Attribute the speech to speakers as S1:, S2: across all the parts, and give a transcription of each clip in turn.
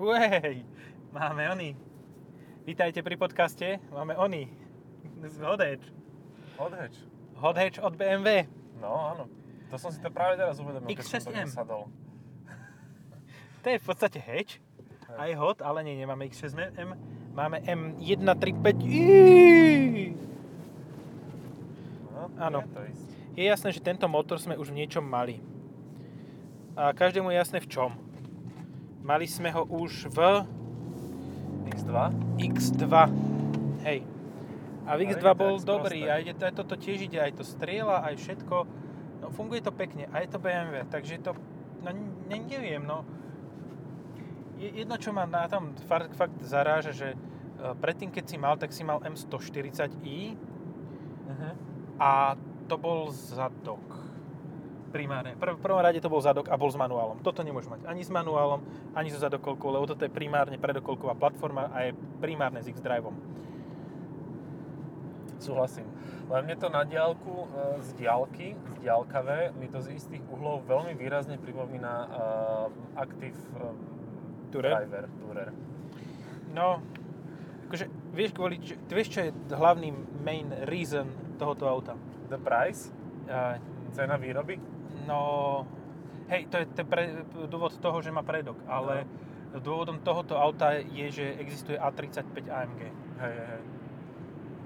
S1: Uej, máme oni. Vítajte pri podcaste, máme oni. Z Hodheč.
S2: Odheč.
S1: Hodheč od BMW.
S2: No áno. To som si to práve teraz uvedomil, keď som to
S1: X6M.
S2: sadol.
S1: To je v podstate hatch. Aj hod, ale nie, nemáme X6M. Máme M135i.
S2: No,
S1: Áno.
S2: Je to isté.
S1: Je jasné, že tento motor sme už v niečom mali. A každému je jasné v čom. Mali sme ho už v
S2: X2?
S1: X2. Hej. A v
S2: Ale
S1: X2
S2: je to
S1: bol
S2: tak
S1: dobrý.
S2: sprosté.
S1: A ide to, aj toto tiež ide, aj to strieľa, aj všetko. No, funguje to pekne. A je to BMW. Takže to... No ne, neviem, no. Je- Jedno, čo ma na tam fakt, fakt zaráža, že e, predtým, keď si mal, tak si mal M140i
S2: Uh-huh.
S1: a to bol zadok. Primárne. Prv, v prvom rade to bol zadok a bol s manuálom. Toto nemôžeš mať ani s manuálom, ani so zadokolkou, lebo toto je primárne predokolková platforma a je primárne s X-Driveom.
S2: Súhlasím. Len mne to na diálku e, z diálky, z diálkavé, mi to z istých uhlov veľmi výrazne pripomína uh, Active e,
S1: Tourer?
S2: Driver Tourer.
S1: No, akože vieš, kvôli, č- ty vieš, čo je hlavný main reason tohoto auta?
S2: The price,
S1: Uh,
S2: cena výroby,
S1: no, hej, to je ten pre, dôvod toho, že má predok, ale dôvodom tohoto auta je, že existuje A35 AMG.
S2: Hej, hej, hej.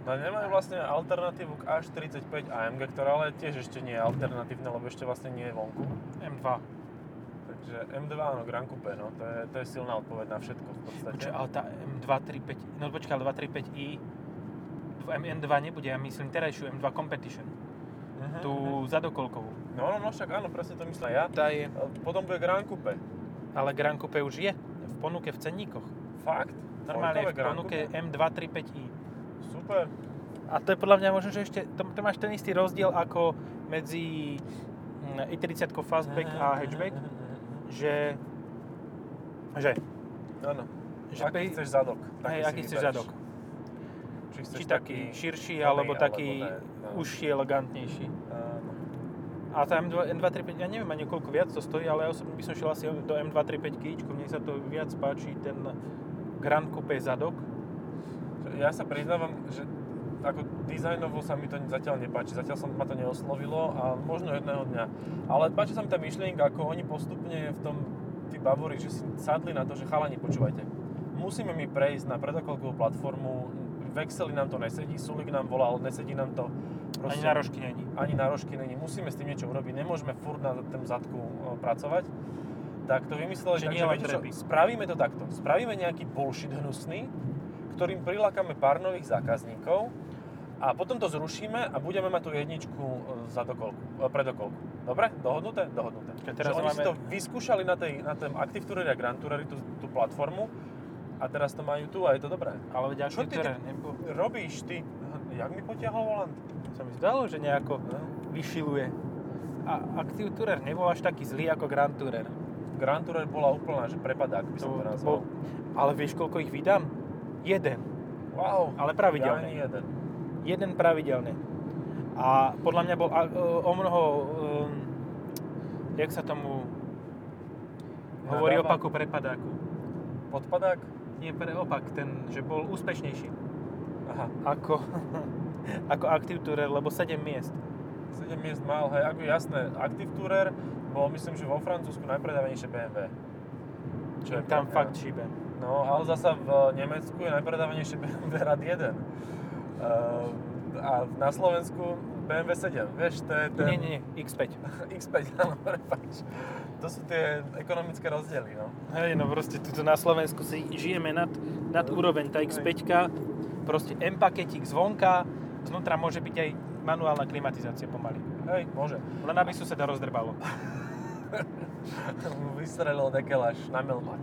S2: No nemajú vlastne alternatívu k A45 AMG, ktorá ale tiež ešte nie je alternatívna, lebo ešte vlastne nie je vonku.
S1: M2.
S2: Takže M2, áno, Grand Coupe, no, to je, to je silná odpoveď na všetko v podstate.
S1: Počkaj, ale tá M235, no počkaj, ale 235i, v M2 nebude, ja myslím terajšiu M2 Competition,
S2: Mhm,
S1: tú
S2: mhm.
S1: zadokolkovú.
S2: No, no, no, však áno, presne to myslím ja.
S1: Tá je,
S2: Potom bude Grand Coupe.
S1: ale Grand Coupe už je, v ponuke v cenníkoch.
S2: Fakt?
S1: Normálne je
S2: Dvojkové
S1: v
S2: Grand
S1: ponuke
S2: Coupe?
S1: M235i.
S2: Super.
S1: A to je podľa mňa možno, že ešte, to, to máš ten istý rozdiel ako medzi mm, i30 fastback
S2: Mhm,
S1: a hatchback, že, že,
S2: Áno.
S1: že
S2: Aký
S1: pri-
S2: chceš zadok?
S1: hej,
S2: si
S1: aký chceš
S2: vybereš.
S1: zadok.
S2: Či, chceš
S1: Či taký širší, alebo
S2: plný,
S1: taký
S2: alebo ten, no.
S1: užší, elegantnejší.
S2: Áno.
S1: A tá M2, M235, ja neviem ani koľko viac to stojí, ale ja osobne by som šiel asi do M235 kíčku, mne sa to viac páči, ten Grand Coupe zadok.
S2: Ja sa priznávam, že ako dizajnovo sa mi to zatiaľ nepáči, zatiaľ som ma to neoslovilo a možno jedného dňa. Ale páči sa mi tá myšlienka, ako oni postupne v tom, tí bavory, že si sadli na to, že chalani, počúvajte, musíme mi prejsť na predokolkovú platformu, v Exceli nám to nesedí, Sulik nám volal, nesedí nám to.
S1: Ani na rožky není.
S2: ani na rožky není, musíme s tým niečo urobiť, nemôžeme furt na tom zadku e, pracovať. Tak to vymysleli,
S1: Že
S2: tak,
S1: nie
S2: že
S1: len
S2: viete čo,
S1: trepy.
S2: spravíme to takto. Spravíme nejaký bullshit hnusný, ktorým prilákame pár nových zákazníkov a potom to zrušíme a budeme mať tú jedničku e, za dokolku, e, predokolku. Dobre? Dohodnuté? Dohodnuté.
S1: Čiže teraz
S2: že oni si
S1: máme-
S2: to vyskúšali na, tej, na tom Active Tourer a Grand Tourer tú, tú platformu a teraz to majú tu a je to dobré.
S1: Ale ďalšie,
S2: Čo ty-
S1: ktoré nebolo.
S2: Robíš ty, hm, jak mi potiahol volant?
S1: Sa mi zdalo, že nejako
S2: No.
S1: vyšiluje. A Active Tourer nebol až taký zlý ako Grand Tourer.
S2: Grand Tourer bola úplná, že prepadák by som
S1: To
S2: to, nazval.
S1: bol, ale vieš, koľko ich vydám? Jeden.
S2: Wow,
S1: Ale
S2: ja ani
S1: pravidelne.
S2: jeden.
S1: Jeden pravidelne. A podľa mňa bol a- e, o mnoho... Um, jak sa tomu hovorí
S2: Nadáva.
S1: opaku prepadáku?
S2: Podpadák?
S1: Nie, pre opak, ten, že bol úspešnejší
S2: Aha,
S1: ako, ako Active Tourer, lebo 7 miest.
S2: 7 miest mal, hej, ako jasné, Active Tourer bol myslím, že vo Francúzsku najpredávanejšie BMW.
S1: Čo tam
S2: pekné.
S1: fakt šíbe.
S2: No, ale zasa v Nemecku je najpredávanejšie BMW Rad 1. Ehm, a na Slovensku BMW 7, vieš, to je ten
S1: Nie, nie, nie, X5.
S2: X5, áno, prepáč. To sú tie ekonomické rozdiely, no.
S1: Hej, no proste tuto na Slovensku si žijeme nad, nad úroveň. Tá X5, proste M paketík zvonka, znútra môže byť aj manuálna klimatizácia pomaly.
S2: Hej, môže.
S1: Len aby suseda rozdrbalo.
S2: vystrelil dekeláš na Melmak.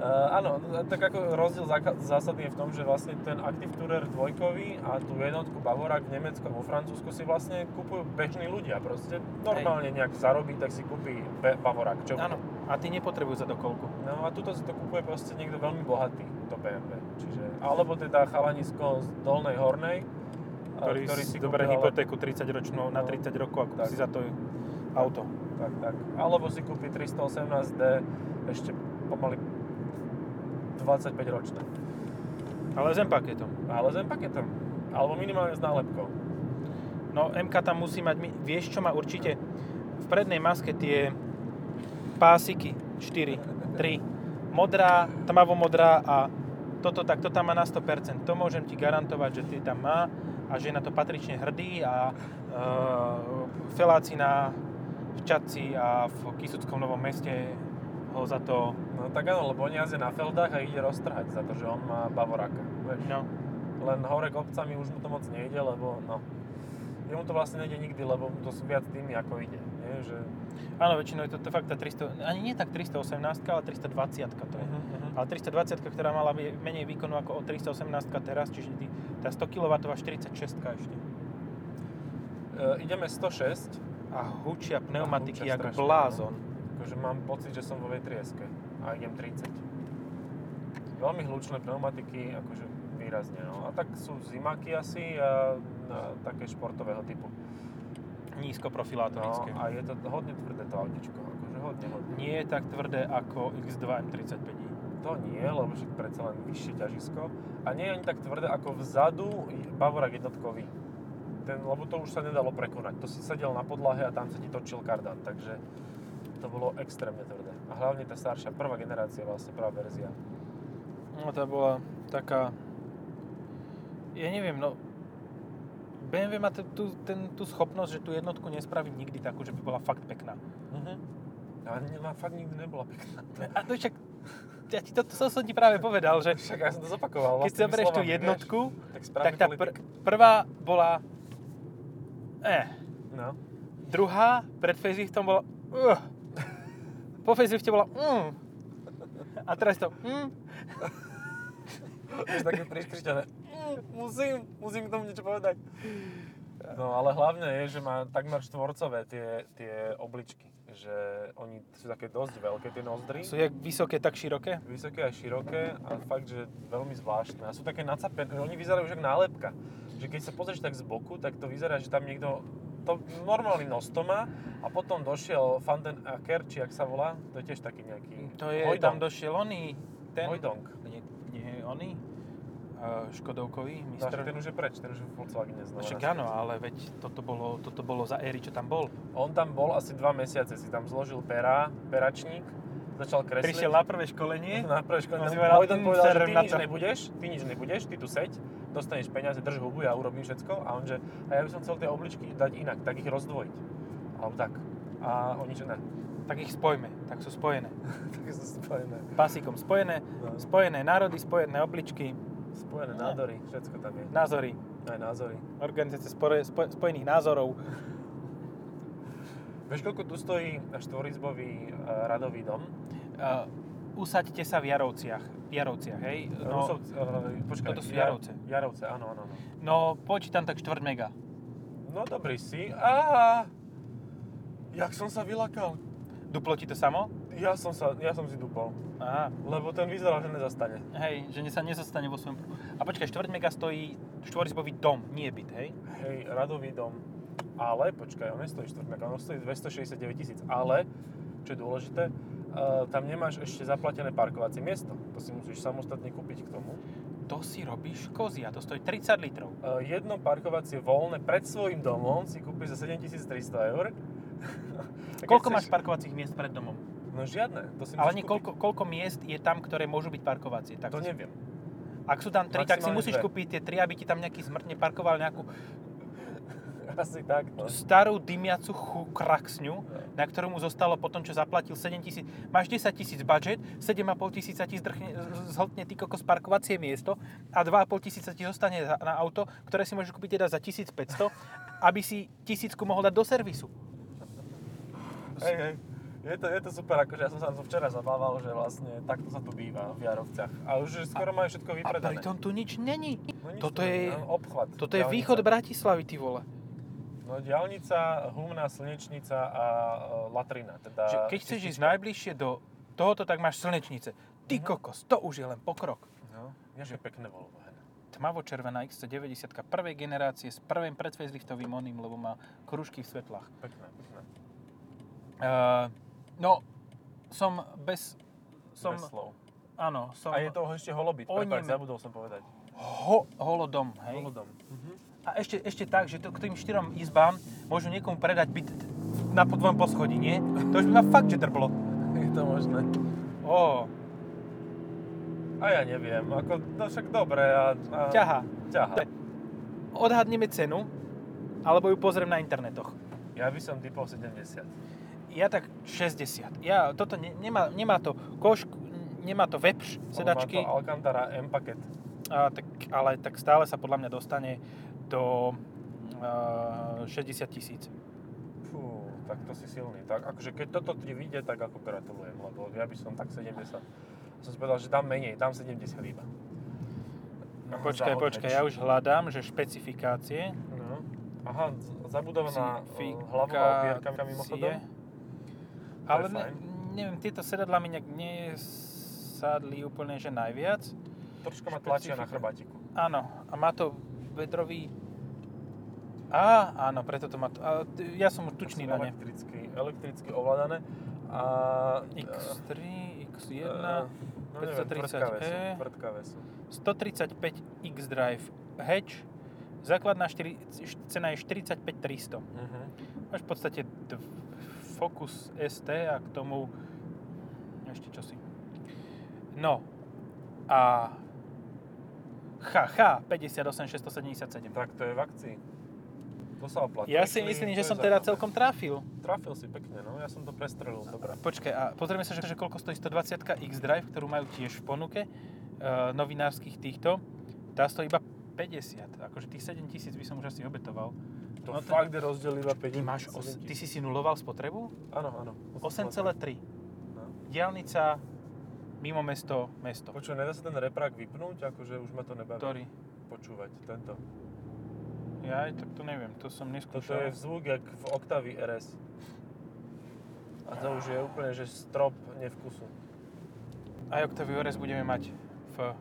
S2: Uh, áno, no, tak ako rozdiel záka- zásadný je v tom, že vlastne ten Active Tourer dvojkový a tú jednotku Bavorák v Nemecku a vo Francúzsku si vlastne kupujú bežní ľudia. Proste normálne nejak zarobí, tak si kúpi Be- Bavorák. Čo?
S1: Áno, a ty nepotrebuješ zadokolku.
S2: No a tuto si to kupuje proste niekto veľmi bohatý, to BMW. Čiže, alebo teda chalanisko z Dolnej Hornej, a
S1: Ktorý, ktorý si dobre
S2: kúpil-
S1: hypotéku 30 ročnú na
S2: No.
S1: 30 rokov a kúpi
S2: Tak.
S1: si za to auto.
S2: Tak, tak. Alebo si kúpi 318D ešte pomaly 25 ročné.
S1: Ale s M-paketom.
S2: Ale s M-paketom. Alebo minimálne s nálepkou.
S1: No MK tam musí mať, mi- vieš čo má určite v prednej maske tie pásiky, 4, 3, modrá, tmavomodrá a toto tak, to tam má na 100%. To môžem ti garantovať, že ty tam má a že je na to patrične hrdý a e, feláci na v Čadci a v Kisuckom Novom meste ho za to,
S2: No tak áno, lebo on jazde na feldách a ide roztrhať za to, že on má Bavoraka. Vieš.
S1: no,
S2: Len hore kopcami už mu to moc nejde, lebo no. Jemu to vlastne nejde nikdy, lebo mu to sú viac tými, ako ide. Nie? Že...
S1: áno, väčšinou je to, to fakt tá 300, ani nie tak 318, ale 320 to je. Ale 320, ktorá mala by- menej výkonu ako o 318 teraz, čiže ty- tá 100 kW 46 ešte.
S2: E, ideme 106,
S1: A hučia pneumatiky
S2: hučia
S1: jak
S2: strašne, no.
S1: blázon.
S2: akože mám pocit, že som vo vetrieske a idem 30. Veľmi hlučné pneumatiky, akože výrazne. No. A tak sú zimaky asi a, a také športového typu.
S1: Nízko
S2: No,
S1: profilátorické.
S2: a je to hodne tvrdé to autičko, akože hodne, hodne.
S1: Nie je tak tvrdé ako X2 M35.
S2: To nie, lebo však predsa len vyššie ťažisko. A nie je ani tak tvrdé ako vzadu Bavorak jednotkový. Ten, lebo to už sa nedalo prekonať. To si sedel na podlahe a tam sa ti točil kardán, takže to bolo extrémne tvrdé. A hlavne tá staršia, prvá generácia vlastne, prvá verzia.
S1: No tá bola taká... Ja neviem, no... BMW má t- tú, ten, tú schopnosť, že tú jednotku nespraví nikdy takú, že by bola fakt pekná.
S2: Mhm. A ne- no, fakt nikdy nebola pekná.
S1: A to však... Ja ti to, to som ti práve povedal, že
S2: Však ja som to zopakoval.
S1: keď si
S2: vlastnými
S1: zoberieš tú
S2: slovami,
S1: jednotku,
S2: vieš, tak,
S1: tak
S2: správny
S1: tá
S2: politik.
S1: pr- prvá bola... Eh,
S2: No.
S1: Druhá, pred faceliftom bola... Uh, po facelifte bola... Mm, a teraz to... Mm,
S2: Už také priškričané. "Mm, Musím, musím k tomu niečo povedať. No ale hlavne je, že má takmer štvorcové tie, tie obličky. Že oni sú také dosť veľké, tie nozdry.
S1: sú jak vysoké, tak široké.
S2: Vysoké a široké a fakt, že veľmi zvláštne. A sú také nacapené, oni vyzerajú už jak nálepka. Že keď sa pozrieš tak z boku, tak to vyzerá, že tam niekto to normálny nos to má a potom došiel Fanden Aker, či jak sa volá, to je tiež taký nejaký
S1: To je... Tam došiel oný... Ten...
S2: Hojdong.
S1: Nie, nie oný. Uh, škodovkový,
S2: No, však ten
S1: mistr.
S2: už je preč, ten už je v Volkswagene
S1: No,
S2: znova.
S1: Však
S2: naspäť.
S1: áno, ale veď toto bolo, toto bolo za éry, čo tam bol.
S2: On tam bol asi dva mesiace, si tam zložil pera, peračník, začal kresliť.
S1: Prišiel na prvé školenie.
S2: na preškole,
S1: on
S2: na
S1: si povedal,
S2: Hojdon
S1: "Mm,
S2: povedal, že
S1: serem
S2: ty
S1: na
S2: nič
S1: to."
S2: nebudeš, ty nič nebudeš, ty tu seď, dostaneš peniaze, drž hubu, ja urobím všetko. A on že, a ja by som chcel tie obličky dať inak, tak ich rozdvojiť. Alebo tak. A oni že ne.
S1: Tak ich spojme. Tak sú spojené.
S2: tak sú spojené.
S1: Pasikom spojené.
S2: No.
S1: Spojené národy, spojené obličky,
S2: Spojené
S1: Ne.
S2: nádory, všetko tam je. No,
S1: názory.
S2: Aj názory.
S1: Organizácia spore, spo, spojených názorov.
S2: Vieš, koľko tu stojí štvorizbový e, radový dom?
S1: Uh, usaďte sa v Jarovciach. V Jarovciach, hej? No,
S2: Rusovc- e, počkaj,
S1: toto sú
S2: Jar-
S1: Jarovce.
S2: Jarovce, áno, áno. áno.
S1: no počítam tak 4 mega.
S2: No dobrý si. Á, jak som sa vylakal.
S1: Duplo ti to samo?
S2: Ja som, sa, ja som si dupol.
S1: Aha,
S2: Lebo ten vyzeral, že nezastane.
S1: hej, že ne- sa nezostane vo svojom... A počkaj, 4 mega stojí štvorizbový dom, nie byt, hej?
S2: Hej, radový dom. Ale, počkaj, on nestojí štvrtňák, on stojí 269 tisíc. Ale, čo je dôležité, uh, tam nemáš ešte zaplatené parkovacie miesto. To si musíš samostatne kúpiť k tomu. E,
S1: To si robíš kozia, to stojí 30 litrov.
S2: Uh, jedno parkovacie voľné pred svojim domom si kúpiš za 7300 eur. A keď
S1: Koľko
S2: chceš-
S1: máš parkovacích miest pred domom?
S2: No žiadne, to si
S1: Ale
S2: musíš
S1: nie,
S2: kúpiť.
S1: koľko, koľko miest je tam, ktoré môžu byť parkovacie? Tak,
S2: To neviem.
S1: Ak sú tam 3, tak si
S2: Maximálne
S1: musíš
S2: dve.
S1: kúpiť tie 3, aby ti tam nejaký zmrtne parkoval nejakú
S2: Asi tak, no.
S1: starú dymiacu chu kraksňu, na ktorú mu zostalo potom, čo zaplatil 7 tisíc. Máš 10 tisíc budget, 7,5 tisíca ti zdrchne, z- zhltne ty kokos parkovacie miesto a 2,5 tisíca ti zostane za- na auto, ktoré si môžeš kúpiť teda za 1500, aby si tisícku mohol dať do servisu.
S2: Hej, hej. Je to, je to super, akože ja som sa na to včera zabával, že vlastne takto sa tu býva v Jarovciach. A už skoro majú všetko
S1: A
S2: vypredané.
S1: pritom tu nič není.
S2: No nič
S1: toto
S2: tu
S1: je-
S2: není, no, obchvat.
S1: Toto je
S2: diaľnica.
S1: východ Bratislavy, ty vole.
S2: No diálnica, humná, slnečnica a e, latrina. Teda
S1: Že keď chceš ísť najbližšie do tohoto, tak máš slnečnice. Ty
S2: Mhm.
S1: kokos, to už je len pokrok.
S2: No, jaké pekné Volvo. hen.
S1: Tmavo-červená XC90 prvej generácie s prvým predfaceliftovým oným, lebo má kružky v svetlách.
S2: Pekné, pekné.
S1: Eh, no, som bez... Som,
S2: Bez slov.
S1: áno, som...
S2: A je toho ešte holobit,
S1: O
S2: prepáč,
S1: neme-
S2: zabudol som povedať.
S1: ho, holodom, hej. Mhm.
S2: Holodom.
S1: A ešte, ešte tak, že to, k tým štyrom izbám môžu niekomu predať byt t- na podvom poschodí, nie? To už by ma fakt, že drblo.
S2: Je to možné.
S1: Ó,
S2: A ja neviem, ako, no však dobre. A, a,
S1: ťaha.
S2: ťaha.
S1: Dobre. Odhadneme cenu, alebo ju pozriem na internetoch.
S2: Ja by som typol 70.
S1: Ja tak 60. Ja, toto ne, nemá, nemá to koš, nemá to vepš, sedačky,
S2: Ono má to Alcantara M paket.
S1: a, tak, ale tak stále sa podľa mňa dostane do uh, 60 tisíc.
S2: Fú, tak to si silný. Tak akože keď toto ti vyjde, tak ako gratulujem, lebo ja by som tak 70. Som si povedal, že dám menej, dám 70 iba.
S1: No, počkaj, počkaj, ja už hľadám, že špecifikácie.
S2: No. Aha, z- zabudovaná eh,
S1: Špecifikácie.
S2: hlavová opierka mimochodom. To
S1: Ale
S2: je
S1: ne,
S2: fajn.
S1: neviem, tieto sedadlá mi nejak nesadli úplne, že najviac.
S2: Troška ma tlačia na
S1: Špecifika.
S2: chrbátiku.
S1: Áno, a má to bedrový... Á, áno, preto to má... To, a, t- ja som tučný
S2: Sú
S1: na ne.
S2: Elektricky, elektricky ovládané. A...
S1: X3,
S2: eh,
S1: X1,
S2: no neviem,
S1: 530e.
S2: tvrdkavé sú, tvrdkavé sú.
S1: 135 X-Drive Hatch, základná 4, cena je 45 300.
S2: Mhm.
S1: Máš v podstate dv, Focus ST a k tomu ešte čosi. No a HH 58 677.
S2: Tak to je v akcii. To sa oplatí.
S1: Ja si
S2: Actually,
S1: myslím,
S2: to
S1: že
S2: je
S1: som teda
S2: zaujímavé.
S1: celkom trafil.
S2: Trafil si pekne, no ja som to prestrelil, dobre.
S1: Počkaj, a pozrieme sa, že, že koľko stojí 120 X-Drive, ktorú majú tiež v ponuke, e, novinárskych týchto. Tá stojí iba 50, akože tých 7 tisíc by som už asi obetoval.
S2: To
S1: No
S2: no,
S1: to-
S2: fakt je rozdiel iba 5
S1: Ty, máš os, ty si si nuloval spotrebu?
S2: Áno, áno.
S1: 8,3.
S2: No.
S1: Diálnica, mimo mesto, mesto.
S2: Počuj, nedá sa ten reprák vypnúť? Akože už ma to nebaví
S1: Ktorý?
S2: počúvať, tento.
S1: Ja aj tak to neviem, to som
S2: Toto
S1: neskúšal.
S2: je zvuk jak v Octavii RS. A to už je úplne, že strop nevkusu.
S1: Aj Octavio RS budeme mať v...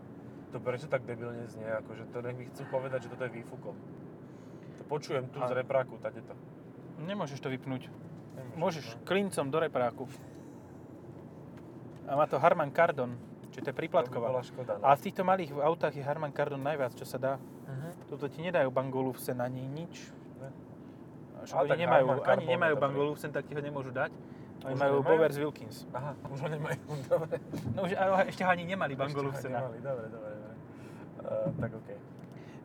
S2: To prečo tak debilne znie, akože to nech mi chcú povedať, že toto je výfukom. To počujem tu
S1: Áno.
S2: z repráku, tady to.
S1: Nemôžeš to vypnúť.
S2: Nemôžem,
S1: Môžeš
S2: no.
S1: klincom do repráku. A má to Harman Kardon, čiže to je
S2: To by bola
S1: príplatková.
S2: škoda. No.
S1: A v týchto malých autách je Harman Kardon najviac, čo sa dá.
S2: Mhm.
S1: Toto ti nedajú Bangolu v sen ani nič.
S2: Ne.
S1: A
S2: Ale
S1: oni
S2: tak
S1: nemajú,
S2: Harman
S1: ani
S2: Kardon je
S1: nemajú
S2: dobrý.
S1: Bangolu v sen, tak ti ho nemôžu dať. Oni
S2: Už
S1: majú
S2: nemajú?
S1: Bowers Wilkins.
S2: Aha, už ho nemajú, dobre.
S1: No už ale ešte ho ani nemali Bangolu v
S2: Ešte ho
S1: senách.
S2: nemali, Dobre, dobre, dobre. Uh, tak okej.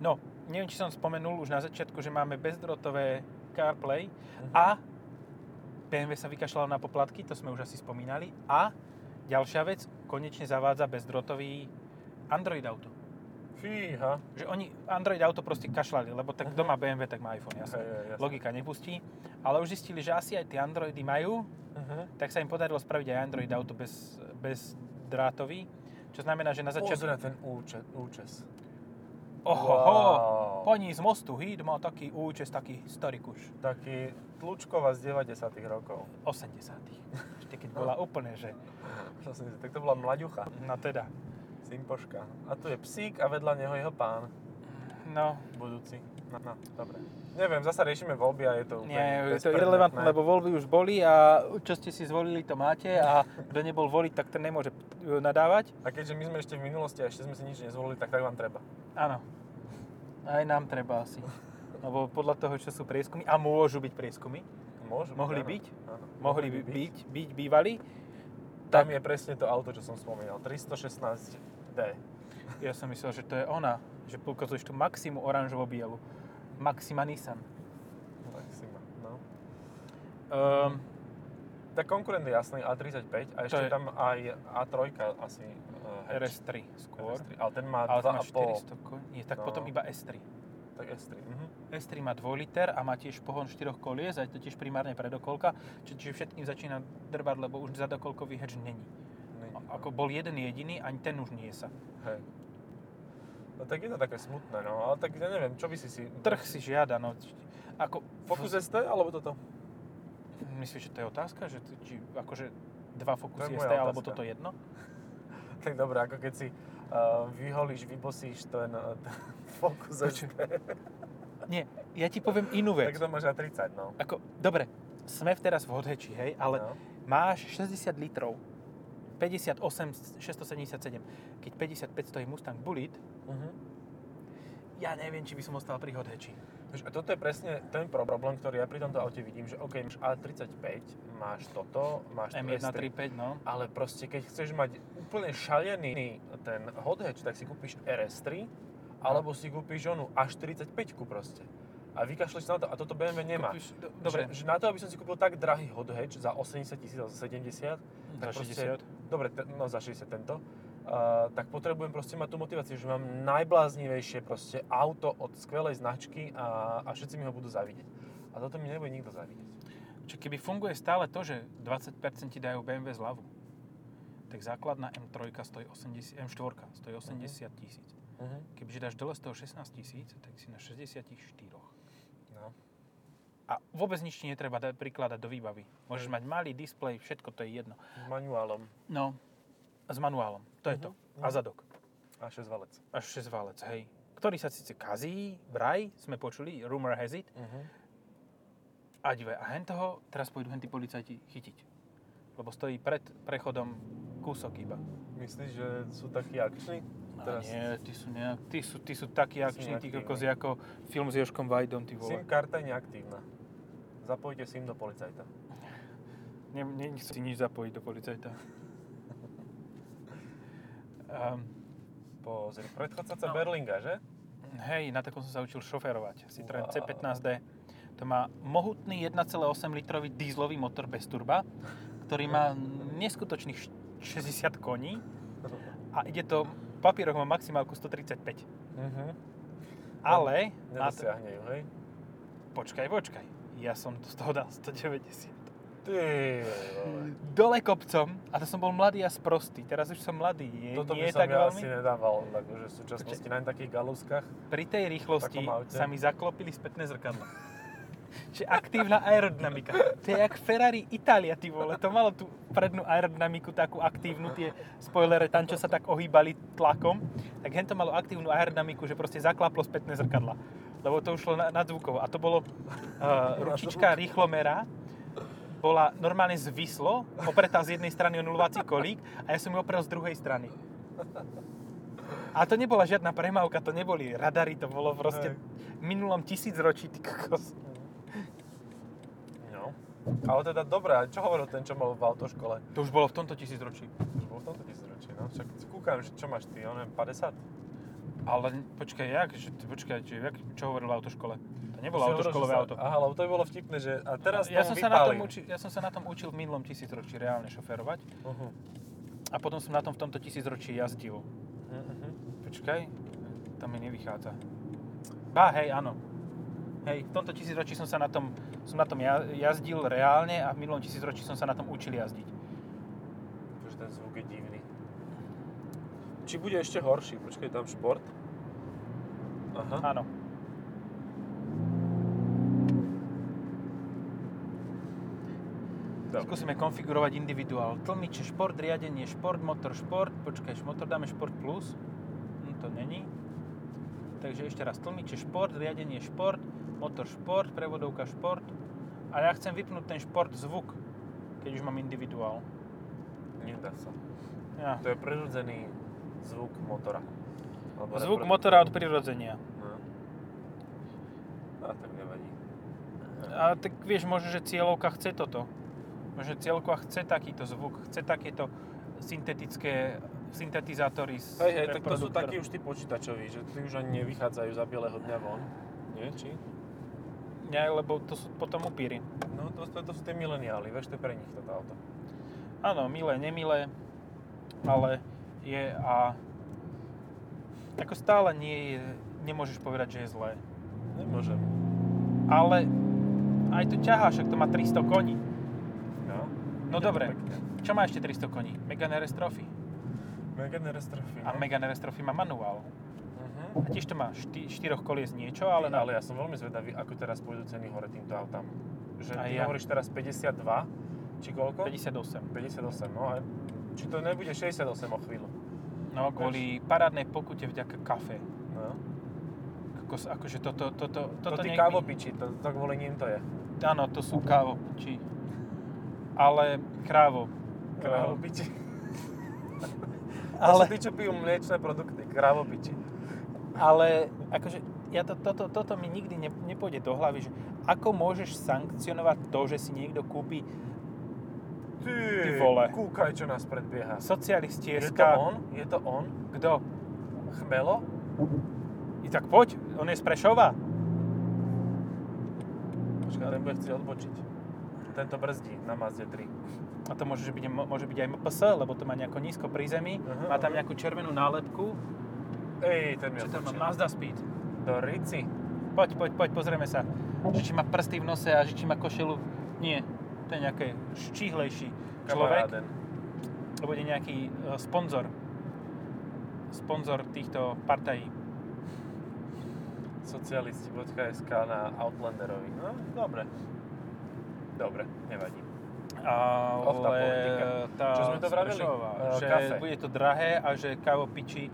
S1: No, neviem, či som spomenul už na začiatku, že máme bezdrotové CarPlay a BMW sa vykašľalo na poplatky, to sme už asi spomínali. A ďalšia vec, konečne zavádza bezdrotový Android Auto.
S2: Fíha.
S1: Že oni Android Auto proste kašľali, lebo tak kto má BMW, tak má iPhone,
S2: Hej,
S1: jasné.
S2: hej, jasné.
S1: Logika nepustí. Ale už zistili, že asi aj tie Androidy majú,
S2: Mhm.
S1: tak sa im podarilo spraviť aj Android Auto bez, bez drátový. Čo znamená, že na začiatku...
S2: Pozri ten úče- účes.
S1: Ohoho!
S2: Wow.
S1: Pani z mostu hýd má taký účes, taký starý kuš.
S2: Taký tlučková z 90 rokov.
S1: 80 Ešte keď bola úplne, že...
S2: To som si- Tak to bola mladucha.
S1: No teda.
S2: Simpoška. A tu je psík a vedľa neho jeho pán.
S1: No,
S2: Budúci. No, no, dobre. Neviem, zasa riešime voľby a je to úplne...
S1: nie, je to
S2: bezpredmetné.
S1: irrelevantné, lebo voľby už boli a čo ste si zvolili, to máte a kto nebol voliť, tak ten nemôže e, nadávať.
S2: A keďže my sme ešte v minulosti a ešte sme si nič nezvolili, tak tak vám treba.
S1: Áno. Aj nám treba asi. Lebo podľa toho, čo sú prieskumy, a môžu byť prieskumy,
S2: Môžu
S1: Mohli
S2: áno.
S1: byť?
S2: Áno.
S1: mohli by byť, byť bývali.
S2: Tam je presne to auto, čo som spomínal. 316D.
S1: Ja som myslel, že to je ona, že pokazuješ tú Maximu oranžovo-bielu. Maxima Nissan.
S2: Tak si ma, no.
S1: Um,
S2: Tak konkurent je jasný A35 a
S1: je-
S2: ešte tam aj A3 asi uh,
S1: RS3 skôr.
S2: RS3. Ale ten má
S1: Ale to má
S2: 2,5.
S1: 400 koní. Nie, tak
S2: No.
S1: potom iba S3.
S2: Tak S3. Mhm.
S1: S3 má 2 liter a má tiež pohon 4 kolies, aj to tiež primárne predokolka, či, čiže všetkým začína drbať, lebo už zadokolkový hatch není.
S2: Není. no.
S1: A- Ako bol jeden jediný, ani ten už nie sa.
S2: Hej. No tak je to také smutné, no. Ale tak ja neviem, čo by si si...
S1: Trh si žiada, no. či- Ako,
S2: Focus ST alebo toto?
S1: myslíš, že to je otázka? Že, t- či akože dva
S2: To
S1: Focusy
S2: je
S1: ST,
S2: moja
S1: alebo
S2: otázka.
S1: toto jedno?
S2: Tak dobre, ako keď si uh, vyholíš, vybosíš ten, uh, ten Focus ST.
S1: Nie, ja ti poviem inú vec.
S2: tak to máš na 30, no.
S1: Ako, dobre, sme v teraz v Hodheči, hej, ale
S2: No.
S1: máš 60 litrov 58 677. Keď 55 stojí Mustang Bullitt,
S2: Uh-huh.
S1: ja neviem, či by som ostal pri hot hatchi.
S2: A toto je presne ten problém, ktorý ja pri tomto aute vidím, že OK, máš A35, máš toto, máš tu S3,
S1: M135, no.
S2: ale proste keď chceš mať úplne šalený ten hot hatch, tak si kúpiš RS3, alebo si kúpiš onu A45 proste. A vykašleš sa na to, a toto BMW nemá.
S1: Kúpiš- do- Dobre,
S2: Že, že na to, aby som si kúpil tak drahý hot hatch za 80 tisíc, alebo za 70,
S1: za 60.
S2: tak Proste, dobre, t- no za 60 tento. Uh, tak potrebujem proste mať tú motiváciu, že mám najbláznivejšie proste auto od skvelej značky a, a všetci mi ho budú závidieť. A toto mi nebude nikto závidieť.
S1: Čiže keby funguje stále to, že 20% ti dajú BMW zľavu, tak základná M3 stojí 80, M4 stojí 80 tisíc.
S2: Uh-huh.
S1: Kebyže dáš dole z toho 16 tisíc, tak si na 64.
S2: No.
S1: A vôbec nič ti netreba da- prikladať do výbavy. Môžeš mať malý displej, všetko to je jedno.
S2: S manuálom
S1: No, s manuálom, to je to. A
S2: Mhm, mhm.
S1: zadok.
S2: a 6 valec.
S1: Až 6 válec, hej. Ktorý sa síce kazí, vraj, sme počuli, rumor has it.
S2: Uh-huh.
S1: A divé, a hen toho teraz pôjdu hen tí policajti chytiť. Lebo stojí pred prechodom kúsok iba.
S2: Myslíš, že sú takí akční?
S1: A nie, tí sú, nejak, tí sú, tí sú takí
S2: sú
S1: akční, tí
S2: nejakí,
S1: kokozy, ako film s Joškom Vajdom, ty vole.
S2: SIM karta je neaktívna. Zapojte SIM do policajta.
S1: Ne, ne, nechcem si nič zapojiť do policajta. Um,
S2: Pozri, predchodca
S1: No.
S2: Berlinga, že?
S1: hej, na takom som sa učil šoferovať. Citroen
S2: Wow.
S1: C15D. To má mohutný 1,8 litrový dízlový motor bez turba, ktorý má neskutočných š- 60 koní a ide to, v papieroch má maximálku 135.
S2: Mhm.
S1: Ale, má to,
S2: Nedosiahne ju, hej?
S1: počkaj, počkaj, ja som z toho dal 190.
S2: Ty vole.
S1: dole kopcom a to som bol mladý a sprostý. Teraz už som mladý, nie,
S2: Toto
S1: nie je
S2: by som
S1: tak
S2: ja
S1: veľmi.
S2: asi nedával, akože v súčasnosti na takých galuskách.
S1: Pri tej rýchlosti
S2: takom aute.
S1: sa mi zaklopili spätné zrkadla. Čiže aktívna aerodynamika. To je jak Ferrari Italia, ty vole. To malo tú prednú aerodynamiku takú aktívnu, tie spoilere tam, čo sa tak ohýbali tlakom. Tak hento malo aktívnu aerodynamiku, že proste zaklaplo spätné zrkadla. Lebo to ušlo na, na zvukovo. A to bolo uh, ručička rýchlomera, bola normálne zvislo, opretá z jednej strany o nulovací kolík a ja som ju oprel z druhej strany. A to nebola žiadna premávka, to neboli radary, to bolo proste
S2: Hej.
S1: minulom tisícročí, ty kokos.
S2: No. Ale teda dobré, a čo hovoril ten, čo mal v autoškole?
S1: To už bolo v tomto tisícročí.
S2: Už bol v tomto tisícročí, no. Však kúkam, že čo máš ty, ja neviem, 50?
S1: Ale počkaj, jak, že, ty- počkaj, že, jak, čo hovoril o autoškole? To nebolo
S2: Si hovoril,
S1: autoškolové
S2: že sa-
S1: auto.
S2: Aha, lebo to by bolo vtipné, že a teraz
S1: ja, som
S2: tomu
S1: sa na tom
S2: vypálim.
S1: uči, ja som sa na tom učil v minulom tisícročí reálne šoferovať
S2: Mhm.
S1: a potom som na tom v tomto tisícročí jazdil.
S2: Mhm.
S1: Počkaj, to mi nevychádza. Á, hej, áno. Hej, v tomto tisícročí som sa na tom, som na tom ja- jazdil reálne a v minulom tisícročí som sa na tom učil jazdiť.
S2: Bože, ten zvuk je divný. Či bude ešte horší? Počkaj, tam šport. Aha.
S1: Áno.
S2: Dobre.
S1: Skúsime konfigurovať individuál. Tlmiče, šport, riadenie, šport, motor, šport. Počkaj, motor dáme šport plus. No to není. Takže ešte raz. Tlmiče, šport, riadenie, šport, motor, šport, prevodovka, šport. Ale ja chcem vypnúť ten šport zvuk, keď už mám individuál.
S2: Nedá sa.
S1: Ja.
S2: To je prirodzený zvuk motora. Alebo
S1: Zvuk
S2: repre-
S1: motora od prirodzenia.
S2: No. A tak nevadí.
S1: A tak vieš, možno, že cieľovka chce toto. Možno že cieľovka chce takýto zvuk, chce takéto syntetické syntetizátory. z
S2: Hej, hej, tak to sú
S1: reproduktorov.
S2: takí už tí počítačoví, že tí už ani nevychádzajú za bieleho dňa von. Nie, či?
S1: Nie, lebo to sú potom upíry.
S2: No to, to, to sú tie mileniáli, vieš, to je pre nich toto auto.
S1: Áno, milé, nemilé, ale je a... Ako stále nie je, nemôžeš povedať, že je zlé.
S2: Nemôžem.
S1: Ale aj tu ťahá, však to má 300 koní.
S2: No.
S1: No
S2: Ide to
S1: dobre.
S2: pekne.
S1: Čo má ešte 300 koní? Megane RS Trophy.
S2: Megane restrofy.
S1: A Megane RS Trophy má manuál.
S2: no. Mhm.
S1: A tiež to má 4 kolies niečo, ale na...
S2: ale ja som veľmi zvedavý, ako teraz pôjdu ceny hore týmto autám. Že
S1: Aj
S2: ty
S1: ja.
S2: hovoríš teraz 52, či koľko?
S1: 58.
S2: 58, no a či to nebude 68 o chvíľu.
S1: No, kvôli parádnej pokute vďaka kafe.
S2: No.
S1: Kokos, akože toto, toto,
S2: To
S1: toto
S2: tí
S1: nech mi-
S2: kávopiči, to, to kvôli ním to je.
S1: Áno, to sú kávopiči. Ale krávo.
S2: Kávopiči. Ale...
S1: Ale,
S2: Čo týče pijú mliečne produkty, krávopiči.
S1: ale akože ja to, toto, toto mi nikdy ne, nepôjde do hlavy, že ako môžeš sankcionovať to, že si niekto kúpi
S2: Ty,
S1: Ty vole.
S2: Kúkaj, čo nás predbieha.
S1: socialisti
S2: Je
S1: SK.
S2: to on? Je to on?
S1: Kto?
S2: Chmelo?
S1: I tak poď, on je z Prešova.
S2: Počkaj, ten bude chcieť odbočiť. Tento brzdí na Mazde
S1: A
S2: 3.
S1: to môže byť, môže byť aj MPS, lebo to má nejako nízko pri zemi. má
S2: Aha,
S1: tam
S2: aha.
S1: nejakú červenú nálepku.
S2: Ej, ten mi
S1: Čo tam
S2: odbočil.
S1: má? Mazda Speed.
S2: Do Rici.
S1: Poď, poď, poď, pozrieme sa. Že či má prsty v nose a že či má košelu. Nie, to je nejaké štíhlejší človek.
S2: Kamaráden.
S1: To bude nejaký eh, sponzor. Sponzor týchto partají.
S2: Socialisti.sk na Outlanderovi. No, dobre. Dobre, nevadí. tá
S1: Ale
S2: politika.
S1: tá
S2: Čo sme to vraveli?
S1: Prešová,
S2: Eh,
S1: že
S2: kafe.
S1: bude to drahé a že kávo piči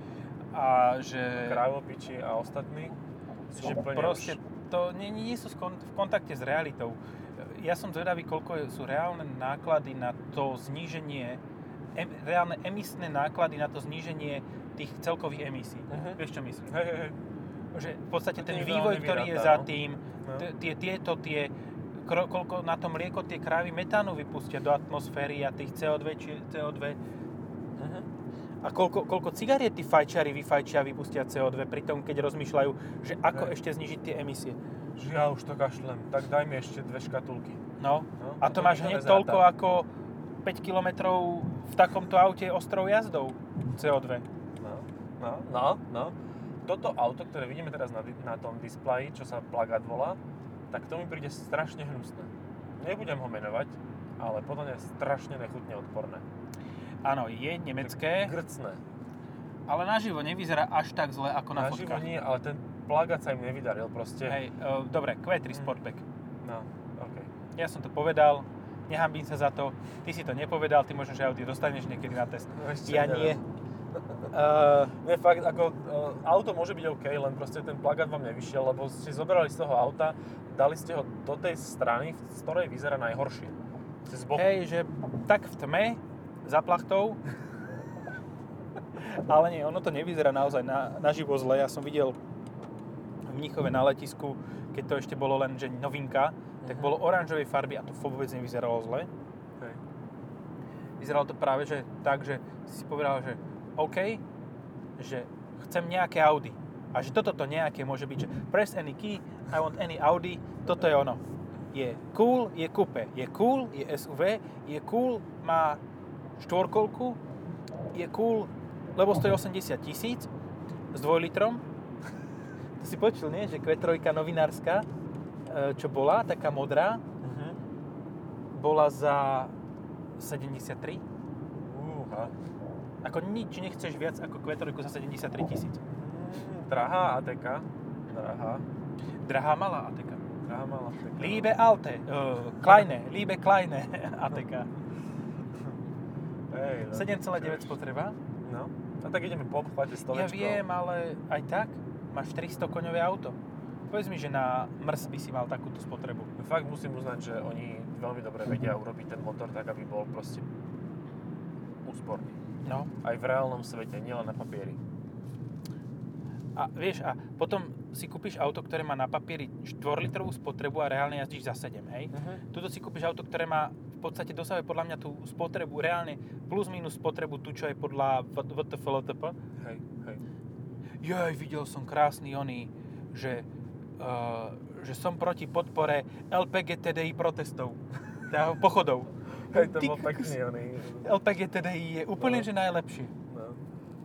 S1: a že...
S2: Krávopiči a ostatní sú
S1: že
S2: úplne
S1: proste
S2: už...
S1: to nie, nie sú skon- v kontakte s realitou. Ja som zvedavý, koľko je- sú reálne náklady na to zníženie, em, reálne emisné náklady na to zníženie tých celkových emisí.
S2: Mhm.
S1: Vieš, čo myslím?
S2: Hej, hej, hej.
S1: Že v podstate
S2: To
S1: ten
S2: nikto
S1: vývoj,
S2: ani
S1: ktorý je
S2: nevyráta,
S1: za
S2: no.
S1: tým,
S2: No.
S1: t- tie, tieto, tie, kro- koľko na to mlieko tie krávy metánu vypustia do atmosféry a tých CO2, či- CO2
S2: Mhm.
S1: a koľko, koľko cigariet tí fajčari vyfajčia a vypustia CO2, pritom keď rozmýšľajú, že ako
S2: Hej.
S1: ešte znižiť tie emisie.
S2: Že ja už to kašlem, tak daj mi ešte dve škatulky.
S1: No,
S2: No,
S1: a to máš hneď
S2: nikto nezráta.
S1: toľko ako 5 km v takomto aute ostrou jazdou CO2.
S2: No, no, no, no. Toto auto, ktoré vidíme teraz na, di- na tom displeji, čo sa plagát volá, tak to mi príde strašne hnusné. Nebudem ho menovať, ale podľa mňa je strašne nechutne odporné.
S1: Áno, je nemecké,
S2: Grcné.
S1: ale naživo nevyzerá až tak zle ako na,
S2: Na
S1: fotkách.
S2: život nie, ale ten plagát sa im nevydaril proste.
S1: Hej, e, dobre, Q3
S2: Mm.
S1: Sportback.
S2: No, OK.
S1: Ja som to povedal, nehambím sa za to. Ty si to nepovedal, ty možno, že Audi dostaneš niekedy na test.
S2: No, ešte
S1: Ja nie.
S2: neviem.
S1: Uh,
S2: Nie, fakt, ako e, auto môže byť OK, len proste ten plagát vám nevyšiel, lebo ste zobrali z toho auta, dali ste ho do tej strany, z ktorej vyzerá najhoršie. Ste z boku.
S1: hej, že tak v tme, za plachtou, ale nie, ono to nevyzerá naozaj na, naživo zle. Ja som videl v Mníchove na letisku, keď to ešte bolo len že novinka, tak
S2: Mhm.
S1: bolo oranžovej farby a to vôbec nevyzeralo zle.
S2: Hej.
S1: Vyzeralo to práve že tak, že si si povedal, že OK, že chcem nejaké Audi. A že toto to nejaké môže byť, že press any key, I want any Audi, toto je ono. Je cool, je coupe, je cool, je SUV, je cool, má štvorkolku, je cool, lebo stojí 80 tisíc s dvojlitrom. To si počul, nie? Že Q3 novinárska, e, čo bola, taká modrá,
S2: Mhm.
S1: bola za 73.
S2: Úha.
S1: Ako nič nechceš viac ako Q3 za 73 tisíc.
S2: Mm, Drahá ATK. Drahá.
S1: Drahá malá ATK.
S2: Drahá malá ATK.
S1: Líbe Alte, uh, Kleine, Líbe Kleine ATK.
S2: Hej, no,
S1: 7,9
S2: čo
S1: spotreba.
S2: ešte? No. A tak ideme po obchvate
S1: Ja
S2: stovečkou.
S1: viem, ale aj tak máš 300 koňové auto. Povedz mi, že na mrs by si mal takúto spotrebu.
S2: No Fakt musím uznať, že oni veľmi dobre vedia urobiť ten motor tak, aby bol proste úsporný.
S1: No.
S2: Aj v reálnom svete, nielen na papieri.
S1: A vieš, a potom si kúpiš auto, ktoré má na papieri 4-litrovú spotrebu a reálne jazdíš za 7, hej? Tuto si kúpiš auto, ktoré má v podstate dosahuje podľa mňa tú spotrebu, reálne plus minus spotrebu tu, čo je podľa V- VTF, LTP.
S2: Hej, hej.
S1: Joj, videl som krásny oný, že, uh, že som proti podpore LPGTDI protestov, teda pochodov.
S2: Hej, to
S1: Ty
S2: bol
S1: kokos.
S2: pekný oný.
S1: LPGTDI je úplne,
S2: No.
S1: že najlepšie.
S2: No.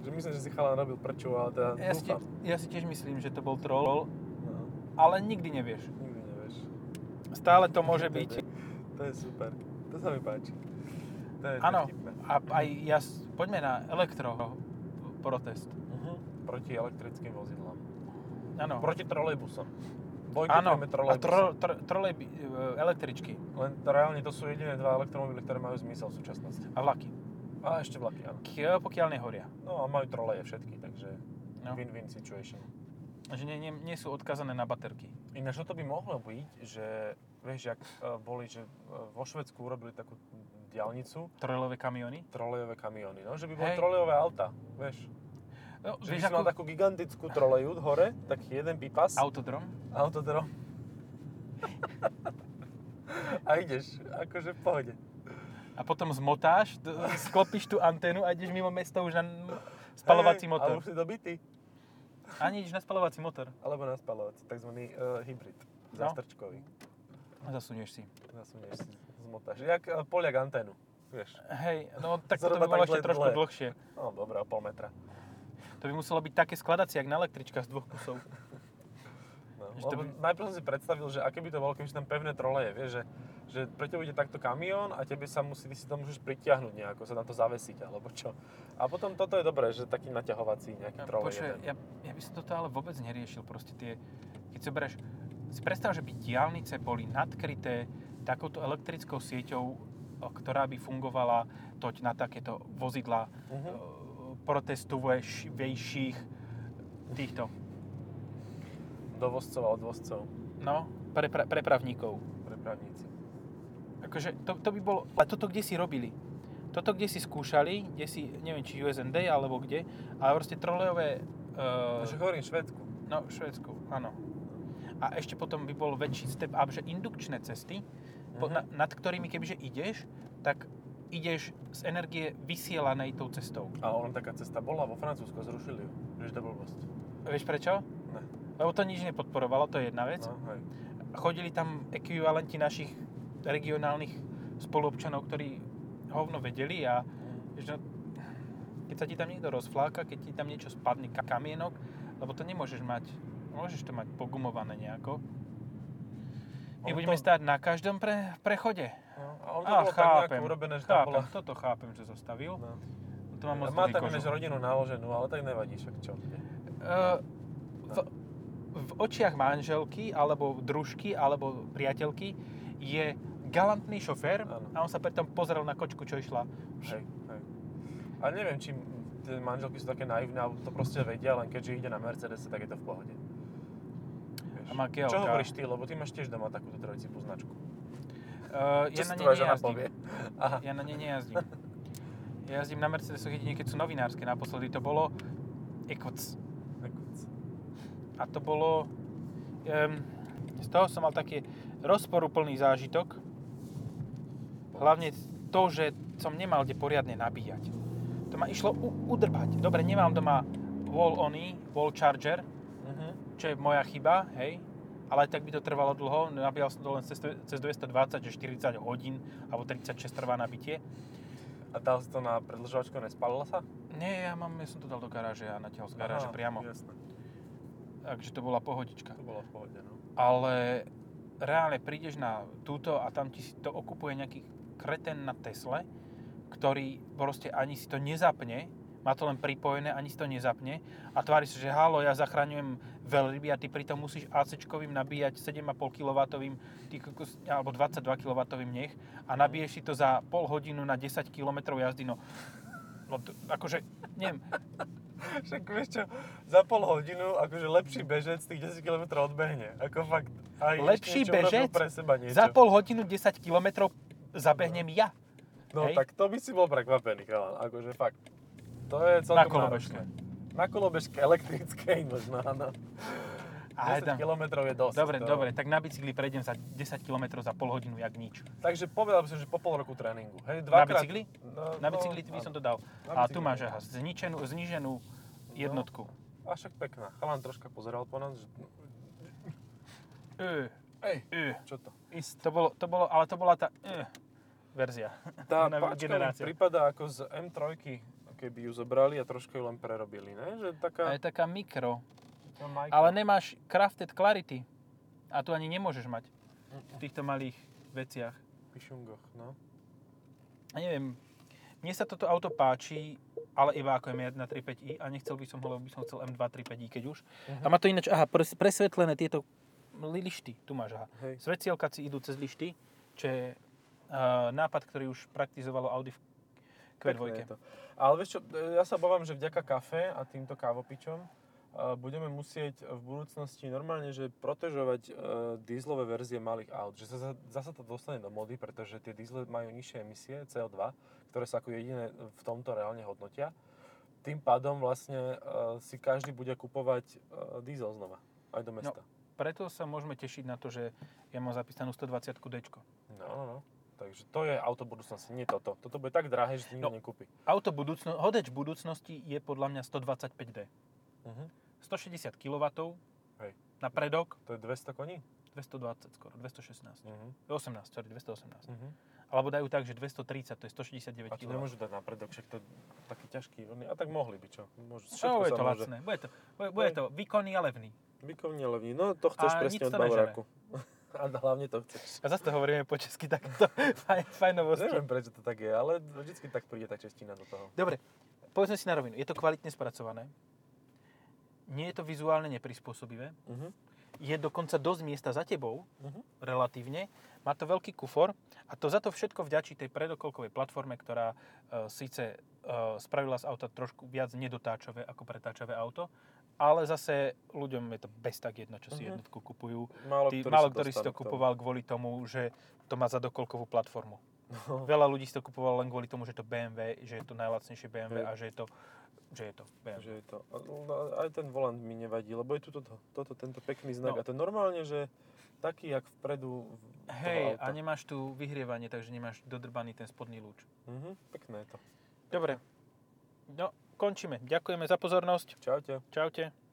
S2: Že myslím, že si chalan robil prču, ale teda
S1: Ja si,
S2: dúfam.
S1: ja si tiež myslím, že to bol troll,
S2: No,
S1: ale nikdy nevieš.
S2: nikdy nevieš.
S1: Stále to môže byť.
S2: To je super. To sa mi páči. To je
S1: Áno,
S2: vtipné.
S1: a aj ja, s- poďme na elektro protest.
S2: Mhm. No. Proti elektrickým vozidlám.
S1: Áno.
S2: Proti trolejbusom.
S1: Áno,
S2: Bojkotujeme
S1: a
S2: trolejbusy.
S1: tro, tro, trolejby, e, električky
S2: Len to reálne to sú jediné dva elektromobily, ktoré majú zmysel v súčasnosti.
S1: a vlaky.
S2: A ešte vlaky, áno.
S1: K- Pokiaľ nehoria.
S2: No a majú troleje všetky, takže
S1: No.
S2: win-win situation.
S1: Že nie, nie, nie sú odkazané na baterky.
S2: Ináč toto by mohlo byť, že vieš, jak e, boli, že e, vo Švedsku urobili takú diálnicu,
S1: Trojlové kamiony.
S2: trolejové kamióny, no, že by boli
S1: Hej.
S2: trolejové auta, vieš.
S1: No,
S2: Že by si mal takú gigantickú troleju hore, taký jeden pipas,
S1: Autodrom.
S2: autodrom. a ideš, akože v pohode.
S1: A potom zmotáš, d- sklopíš tú anténu a ideš mimo mesto už na n- spalovací
S2: Hej, Ale
S1: motor.
S2: už si dobitý,
S1: Ani ideš na spalovací motor.
S2: alebo na spalovací, takzvaný uh, hybrid,
S1: No.
S2: zastrčkový.
S1: A Zasunieš si.
S2: Nasunieš si, zmotáš. Jak e, poliak anténu, vieš.
S1: Hej, no tak to by
S2: Zhruba
S1: bolo
S2: tak
S1: ešte
S2: dle-
S1: trošku
S2: dle.
S1: dlhšie.
S2: No, dobré, o pol metra.
S1: To by muselo byť také skladacie, jak na električka z dvoch kusov.
S2: No,
S1: Že to
S2: lebo Najprv som si predstavil, že aké by to bolo, keby sú tam pevné troleje, vieš, že, že pre teba ide takto kamión a tebe sa musí, ty si to môžeš pritiahnuť nejako, sa na to zavesiť alebo čo. A potom toto je dobré, že taký naťahovací nejaký
S1: Ja,
S2: trolej.
S1: Počuj,
S2: jeden.
S1: ja, ja by som toto ale vôbec neriešil, proste tie, keď si bereš, si predstav, že by diálnice boli nadkryté takouto elektrickou sieťou, o- ktorá by fungovala toť na takéto vozidla
S2: Mhm.
S1: protestujúcich týchto,
S2: Dovozcov a odvozcov,
S1: no, prepra- prepravníkov.
S2: prepravníci.
S1: Akože to, to by bolo, a toto kde si robili? Toto kde si skúšali, kde si, neviem, či USND alebo kde, ale proste trolejové...
S2: No,
S1: eh,
S2: že hovorím Švedsku.
S1: No, v Švedsku, áno. A ešte potom by bol väčší step up, že indukčné cesty, po,
S2: Mhm.
S1: na, nad ktorými kebyže ideš, tak ideš z energie vysielanej tou cestou.
S2: A on taká cesta bola vo Francúzsku, zrušili ju. Vieš, to blbosť.
S1: Vieš prečo?
S2: Ne.
S1: Lebo to nič nepodporovalo, to je jedna vec.
S2: No, hej.
S1: Chodili tam ekvivalenti našich regionálnych spoluobčanov, ktorí hovno vedeli a že no, keď sa ti tam niekto rozfláka, keď ti tam niečo spadne, ka- kamienok, lebo to nemôžeš mať, môžeš to mať pogumované nejako. My
S2: Ono
S1: budeme
S2: to-
S1: stáť na každom pre, prechode.
S2: No, a on to bolo tak nejako urobené, že tam
S1: chápem,
S2: bola...
S1: toto chápem, že zastavil.
S2: No.
S1: To mám moc
S2: Má
S1: dlhý
S2: tam
S1: kožu.
S2: ináč rodinu naloženú, ale tak nevadí, však čo.
S1: Eh, v, v očiach manželky, alebo družky, alebo priateľky je galantný šofér
S2: Áno.
S1: a on sa pritom pozrel na kočku, čo išla. e,
S2: Hej, hej. A neviem, či tie manželky sú také naivné, alebo to proste vedia, len keďže ide na Mercedes, tak je to v pohode. Vieš.
S1: A má GLK.
S2: Čo hovoríš ty, lebo ty máš tiež doma takúto trojcipú značku.
S1: Eh,
S2: Čo
S1: ja
S2: si
S1: na nej
S2: tvoja žena
S1: nejazdím.
S2: povie? Aha.
S1: Ja na ne nejazdím. Ja jazdím na Mercedesoch jedine, keď sú novinárske. Naposledy to bolo Ekoc. A to bolo... Um, z toho som mal taký rozporuplný zážitok. Hlavne to, že som nemal kde poriadne nabíjať. To ma išlo u- udrbať. Dobre, nemám doma wall ony, wall charger,
S2: Mhm.
S1: čo je moja chyba, hej. Ale aj tak by to trvalo dlho, nabíjal som to len cez, cez 220 že 40 hodín, alebo 36 trvá nabitie.
S2: A dal si to na predlžovačku, nespalila sa?
S1: Nie, ja, mám, ja som to dal do garáže a natiahol z garáže
S2: Aha,
S1: priamo.
S2: Jasné,
S1: Takže to bola pohodička.
S2: to bolo v pohode, no.
S1: Ale reálne prídeš na túto a tam ti si to okupuje nejaký kreten na Tesle, ktorý proste ani si to nezapne, má to len pripojené, ani si to nezapne a tvári sa, že halo, ja zachraňujem veľryby a ty pritom musíš AC-čkovým nabíjať 7,5 kW, ty kokos, alebo 22 kW nech a nabiješ si to za pol hodinu na 10 km jazdy, no, no to, akože, neviem,
S2: Však vieš čo, za pol hodinu akože lepší bežec tých 10 km odbehne. Ako fakt. Aj
S1: Lepší
S2: ešte niečo urobil
S1: bežec?
S2: pre seba niečo.
S1: Za pol hodinu 10 km zabehnem ja.
S2: No
S1: hej.
S2: tak to by si bol prekvapený, chalan. Akože fakt. To je celkom
S1: kolobežke.
S2: náročné. Na kolobežke elektrickej možno, áno.
S1: A
S2: 10
S1: tam,
S2: km je dosť.
S1: dobre,
S2: to...
S1: dobre, tak na bicykli prejdem za 10 km za pol hodinu, jak nič.
S2: Takže povedal by som, že po pol roku tréningu. Hej,
S1: Na
S2: dvakrát.
S1: bicykli?
S2: No,
S1: Na bicykli by som to dal. A
S2: Na
S1: tu
S2: bicykli.
S1: máš aha, zničenú, zniženú jednotku.
S2: A však pekná. Chalan troška pozeral po nás, že...
S1: Ö,
S2: Ej,
S1: ö.
S2: čo to? Ist.
S1: To bolo, to bolo, ale to bola tá ö, verzia.
S2: Tá
S1: Nová
S2: páčka mi
S1: generácia.
S2: prípada ako z M3, keby ju zobrali a trošku ju len prerobili, ne? Že
S1: A
S2: taká...
S1: je taká mikro.
S2: no, Majka.
S1: Ale nemáš crafted clarity. A tu ani nemôžeš mať v týchto malých veciach.
S2: Pišungoch, no.
S1: Ja neviem, mne sa toto auto páči, ale iba ako M135i a nechcel by som ho, lebo by som chcel M235i, keď už. A má to ináč, aha, pres- presvetlené tieto li- lišty, tu máš, aha.
S2: Hej.
S1: Svecielkaci idú cez lišty, čo je eh, nápad, ktorý už praktizovalo Audi v
S2: Pekné je
S1: Q2.
S2: to. Ale vieš čo, ja sa obávam, že vďaka kafe a týmto kávopičom a eh, budeme musieť v budúcnosti normálne, že protežovať eh, dízlové verzie malých aut. Že sa za- zasa to dostane do mody, pretože tie dízle majú nižšie emisie CO2, ktoré sa ako jediné v tomto reálne hodnotia. Tým pádom vlastne eh, si každý bude kupovať eh, diesel znova, aj do mesta.
S1: Preto sa môžeme tešiť na to, že ja mám zapísanú 120 d
S2: No, no, no. Takže to je auto budúcnosti, nie toto. Toto bude tak drahé, že to nikto
S1: No.
S2: nekúpi.
S1: Auto budúcno, hodeč budúcnosti je podľa mňa 125D.
S2: Mhm.
S1: 160 kW
S2: Hej.
S1: na predok,
S2: To je 200 koní?
S1: 220 skoro, 216.
S2: Mhm.
S1: 18, sorry, 218.
S2: Mhm.
S1: Alebo dajú tak, že 230, to je 169
S2: A to
S1: kW.
S2: nemôžu dať na predok, však to je taký ťažký. Oni, a tak mohli by, čo? Môžu,
S1: No,
S2: všetko
S1: bude
S2: sa
S1: to
S2: môže.
S1: lacné, bude to, bude, bude
S2: Hej.
S1: to výkonný a levný.
S2: Bykovne levní. No to chceš
S1: A
S2: presne
S1: nič
S2: od
S1: to nežere.
S2: Bavoráku. a hlavne to
S1: A
S2: chceš.
S1: zase to hovoríme po česky takto, fajn, fajnovosti.
S2: Neviem, prečo to tak je, ale vždycky tak príde tá čeština do toho.
S1: Dobre, povedzme si na rovinu, je to kvalitne spracované, nie je to vizuálne neprispôsobivé,
S2: Uh-huh.
S1: je dokonca dosť miesta za tebou,
S2: Mhm.
S1: relatívne, má to veľký kufor a to za to všetko vďačí tej predokolkovej platforme, ktorá e, síce e, spravila z auta trošku viac nedotáčové ako pretáčavé auto, ale zase ľuďom je to bez tak jedno, čo si
S2: Mhm.
S1: jednotku kupujú.
S2: Málo,
S1: Ty,
S2: ktorý,
S1: málo
S2: sa
S1: ktorý si to
S2: dostane k tomu.
S1: kupoval kvôli tomu, že to má zadokolkovú platformu.
S2: No,
S1: Veľa ľudí si to kupovalo len kvôli tomu, že je to BMW, že je to najlacnejšie BMW
S2: Hej.
S1: a že je to, že je to BMW.
S2: že je to. a- no, Aj ten volant mi nevadí, lebo je tu toto, toto tento pekný
S1: No.
S2: znak. A to je normálne, že taký, jak vpredu v- toho
S1: Hej, a
S2: auta.
S1: nemáš tu vyhrievanie, takže nemáš dodrbaný ten spodný lúč.
S2: Mhm, pekné je to.
S1: Dobre. No, končíme. Ďakujeme za pozornosť.
S2: Čaute.
S1: Čaute.